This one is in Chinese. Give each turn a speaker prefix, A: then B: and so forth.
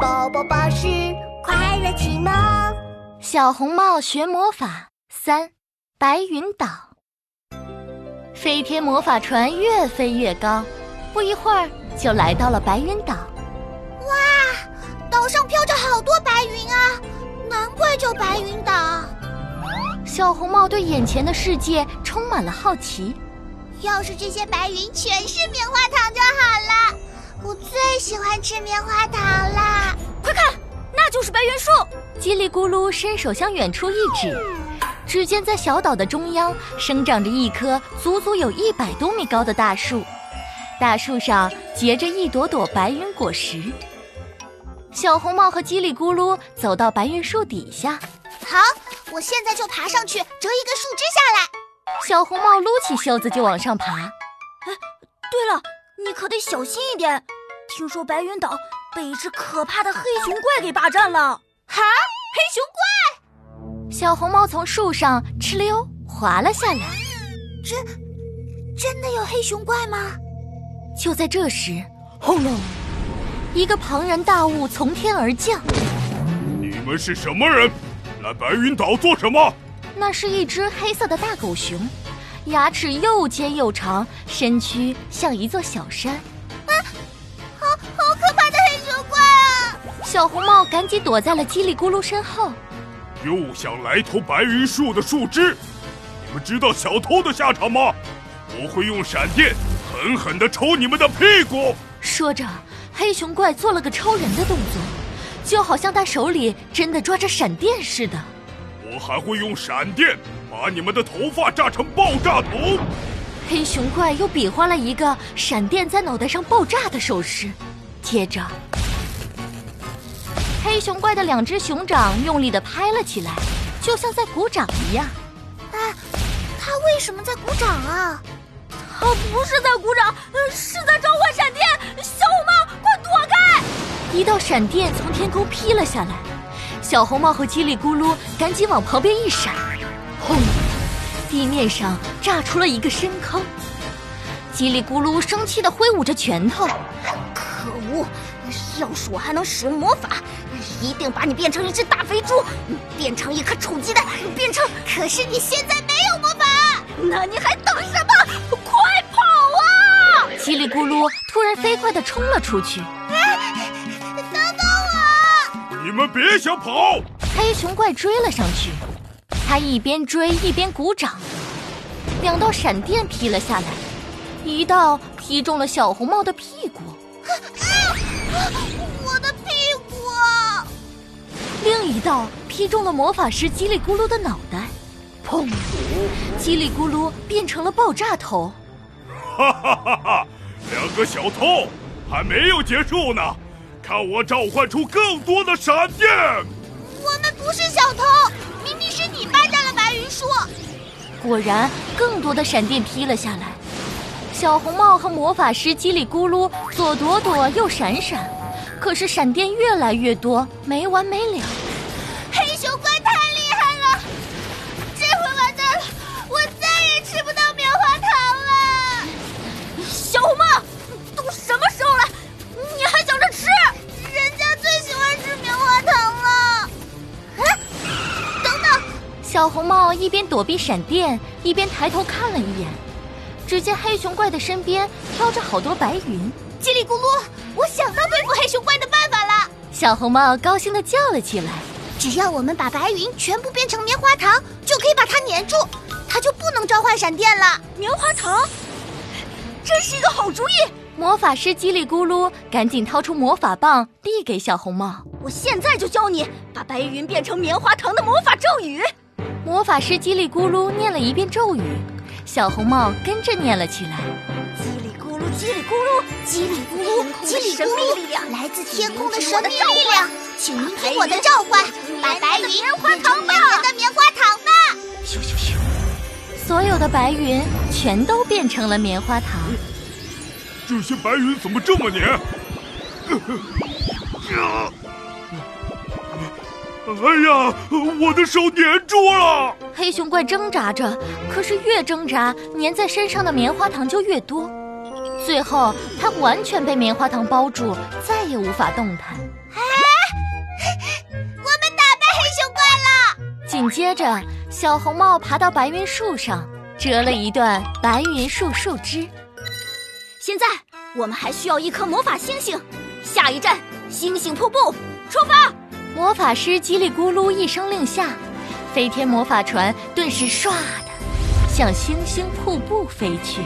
A: 宝宝巴士快乐启蒙。
B: 小红帽学魔法三，白云岛。飞天魔法船越飞越高，不一会儿就来到了白云岛。
A: 哇，岛上飘着好多白云啊，难怪叫白云岛。
B: 小红帽对眼前的世界充满了好奇。
A: 要是这些白云全是棉花糖就好了，我最喜欢吃棉花糖啦！
C: 快看，那就是白云树。
B: 叽里咕噜伸手向远处一指，只见在小岛的中央生长着一棵足足有一百多米高的大树，大树上结着一朵朵白云果实。小红帽和叽里咕噜走到白云树底下，
A: 好，我现在就爬上去折一个树枝下来。
B: 小红帽撸起袖子就往上爬。
C: 哎，
A: 呃
C: 对了，你可得小心一点。听说白云岛被一只可怕的黑熊怪给霸占了。
A: 哈，黑熊怪！
B: 小红帽从树上哧溜滑了下来。
A: 真真的有黑熊怪吗？
B: 就在这时，轰隆！一个庞然大物从天而降。
D: 你们是什么人？来白云岛做什么？
B: 那是一只黑色的大狗熊，牙齿又尖又长，身躯像一座小山。
A: 啊，好好可怕的黑熊怪啊！
B: 小红帽赶紧躲在了叽里咕噜身后。
D: 又想来偷白云树的树枝，你们知道小偷的下场吗？我会用闪电狠狠地抽你们的屁股！
B: 说着，黑熊怪做了个超人的动作，就好像他手里真的抓着闪电似的。
D: 我还会用闪电把你们的头发炸成爆炸头！
B: 黑熊怪又比划了一个闪电在脑袋上爆炸的手势，接着，黑熊怪的两只熊掌用力的拍了起来，就像在鼓掌一样。
A: 啊，他为什么在鼓掌啊？
C: 他不是在鼓掌，
B: 呃
C: 是在召唤闪电！小红帽，快躲开！
B: 一道闪电从天空劈了下来。小红帽和叽里咕噜赶紧往旁边一闪，轰！地面上炸出了一个深坑。叽里咕噜生气地挥舞着拳头：“
C: 可恶！要是我还能使用魔法，一定把你变成一只大肥猪，变成一颗臭鸡蛋，变成……
A: 可是你现在没有魔法，
C: 那你还等什么？快跑啊！”
B: 叽里咕噜突然飞快地冲了出去。
D: 你们别想跑！
B: 黑熊怪追了上去，他一边追一边鼓掌，两道闪电劈了下来，一道劈中了小红帽的屁股，
A: 啊、我的屁股、啊！
B: 另一道劈中了魔法师叽里咕噜的脑袋，砰！叽里咕噜变成了爆炸头。
D: 哈哈哈哈！两个小偷还没有结束呢。看我召唤出更多的闪电！
A: 我们不是小偷，明明是你霸占了白云树。
B: 果然，更多的闪电劈了下来。小红帽和魔法师叽里咕噜左躲躲，右闪闪，可是闪电越来越多，没完没了。
A: 黑熊怪太厉害了，这回完蛋了，我再也吃不到棉花糖了。
C: 小红帽，都什么时候了？你还想着吃？
A: 人家最喜欢吃棉花糖了。啊！等等，
B: 嗯小红帽一边躲避闪电，一边抬头看了一眼，只见黑熊怪的身边飘着好多白云。
A: 叽里咕噜，我想到对付黑熊怪的办法了！
B: 小红帽高兴地叫了起来。
A: 只要我们把白云全部变成棉花糖，就可以把它粘住，它就不能召唤闪电了。
C: 棉花糖，真是一个好主意！
B: 魔法师叽里咕噜赶紧掏出魔法棒，递给小红帽。
C: 我现在就教你把白云变成棉花糖的魔法咒语。
B: 魔法师叽里咕噜念了一遍咒语，小红帽跟着念了起来。
C: 叽里咕噜，叽里咕噜，
A: 叽里咕噜，叽里咕噜，力量来自天空的神秘力量，请聆听我的召唤，把白云变成绵绵的棉花糖吧！
B: 咻咻咻！所有的白云全都变成了棉花糖。
D: 这些白云怎么这么黏？哎呀，我的手粘住了！
B: 黑熊怪挣扎着，可是越挣扎，粘在身上的棉花糖就越多。最后，它完全被棉花糖包住，再也无法动弹。
A: 哎
B: 紧接着，小红帽爬到白云树上，折了一段白云树树枝。
C: 现在我们还需要一颗魔法星星，下一站星星瀑布，出发！
B: 魔法师叽里咕噜一声令下，飞天魔法船顿时唰的向星星瀑布飞去。